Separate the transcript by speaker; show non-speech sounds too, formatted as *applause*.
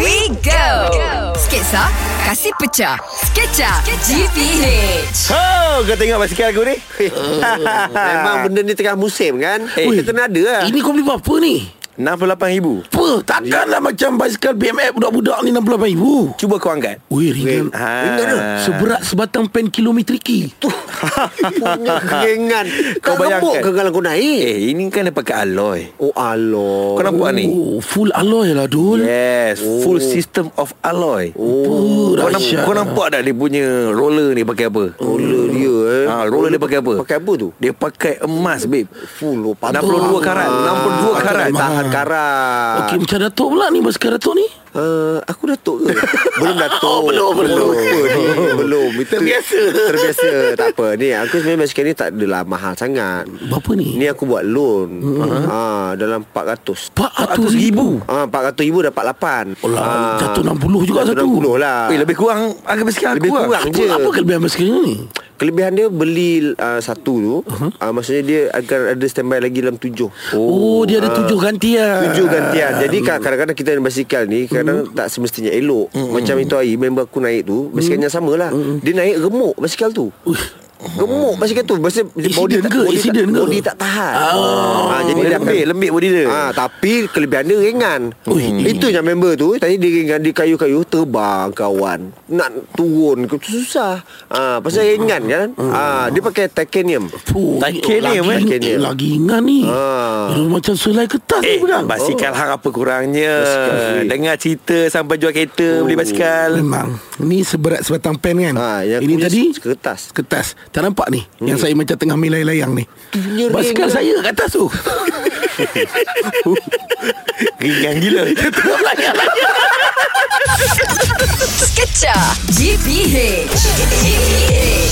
Speaker 1: we go. Sketsa, kasih pecah. Sketcha, GPH.
Speaker 2: Oh, kau tengok basikal aku ni?
Speaker 3: Oh, Memang benda ni tengah musim kan
Speaker 2: Eh.
Speaker 3: hey. Kita kena ada lah
Speaker 4: Ini kau beli berapa ni?
Speaker 2: RM68,000.
Speaker 4: Apa? Takkanlah macam basikal BMX budak-budak ni RM68,000.
Speaker 2: Cuba kau angkat.
Speaker 4: Ui, ringan.
Speaker 2: Ha.
Speaker 4: Ringan tu. Seberat sebatang pen
Speaker 3: *laughs*
Speaker 4: kilometriki.
Speaker 3: Punya keringan
Speaker 2: Kau
Speaker 3: Kau
Speaker 2: bayangkan.
Speaker 3: bayangkan ke kalau kau naik
Speaker 2: Eh, ini kan pakai alloy.
Speaker 3: Oh aloh
Speaker 2: Kau nampak ni?
Speaker 4: Oh, full alloy lah, Dul.
Speaker 2: Yes,
Speaker 3: Oh.
Speaker 2: full system of alloy.
Speaker 4: Oh,
Speaker 2: Kau, namp-
Speaker 4: dahsyat
Speaker 2: kau
Speaker 4: lah.
Speaker 2: nampak tak dia punya roller ni pakai apa?
Speaker 3: Roller dia eh
Speaker 2: Ha, roller dia pakai apa?
Speaker 3: Pakai apa tu?
Speaker 2: Dia pakai emas, babe.
Speaker 3: Full oh, patut
Speaker 2: 62 karat, 62
Speaker 3: Patut
Speaker 2: karat.
Speaker 3: dah Tahan karat
Speaker 4: Okey, macam Datuk pula ni basikal Datuk ni.
Speaker 3: Uh, aku datuk ke? *laughs* belum datuk.
Speaker 4: Oh, belum,
Speaker 3: Belum.
Speaker 4: belum.
Speaker 3: ni, belum. Itu
Speaker 4: Terbiasa.
Speaker 3: Terbiasa. Tak apa. Ni aku sebenarnya basikal ni tak adalah mahal sangat.
Speaker 4: Berapa ni?
Speaker 3: Ni aku buat loan. Uh-huh. Ha, dalam 400.
Speaker 4: RM400,000.
Speaker 3: Ah, 400 ribu dapat 8
Speaker 4: Oh
Speaker 3: Ah.
Speaker 4: lah, jatuh 60 juga satu.
Speaker 3: 60 lah
Speaker 2: Eh, lebih kurang harga basikal aku
Speaker 3: Lebih
Speaker 2: lah.
Speaker 3: kurang.
Speaker 4: Apa,
Speaker 3: je.
Speaker 4: apa kelebihan basikal ni?
Speaker 3: Kelebihan dia beli uh, satu tu uh-huh. uh, Maksudnya dia akan ada standby lagi dalam tujuh
Speaker 4: Oh, dia ada tujuh gantian.
Speaker 3: Tujuh gantian Jadi kadang-kadang kita naik basikal ni Kadang tak semestinya elok Macam itu hari Member aku naik tu Basikalnya sama lah Dia naik remuk basikal tu Gemuk basikal tu Masa body,
Speaker 4: Accident
Speaker 3: tak,
Speaker 4: ke?
Speaker 3: body, tak,
Speaker 4: Accident ke?
Speaker 3: body tak tahan Ah, Jadi dia akan
Speaker 2: lembik, lembik body dia.
Speaker 3: Ah, tapi kelebihan dia ringan.
Speaker 4: Ui.
Speaker 3: Hmm. Itu yang member tu tadi dia ringan dia kayu-kayu terbang kawan. Nak turun ke tu susah. Ah, pasal ringan kan. Ah, dia pakai titanium.
Speaker 4: Fuh,
Speaker 2: Titanium,
Speaker 4: lagi-
Speaker 2: eh?
Speaker 3: Titanium.
Speaker 4: Lagi ingat ni.
Speaker 3: Ah.
Speaker 4: Dia macam selai kertas ni
Speaker 2: Eh,
Speaker 4: Oh. pegang.
Speaker 2: basikal hang apa kurangnya?
Speaker 3: Basikal.
Speaker 2: Dengar cerita sampai jual kereta, beli basikal.
Speaker 4: Memang Ni seberat sebatang pen kan
Speaker 3: Ah, yang
Speaker 4: Ini
Speaker 3: punya
Speaker 4: tadi
Speaker 3: kertas.
Speaker 4: Kertas Tak nampak ni hmm. Yang saya macam tengah melai-layang ni
Speaker 3: punya
Speaker 4: Basikal
Speaker 3: ringan.
Speaker 4: saya kat atas tu
Speaker 2: Ringan gila.
Speaker 3: *laughs*
Speaker 4: Tengah melayang-layang
Speaker 1: Sketcha, GPH. GPH.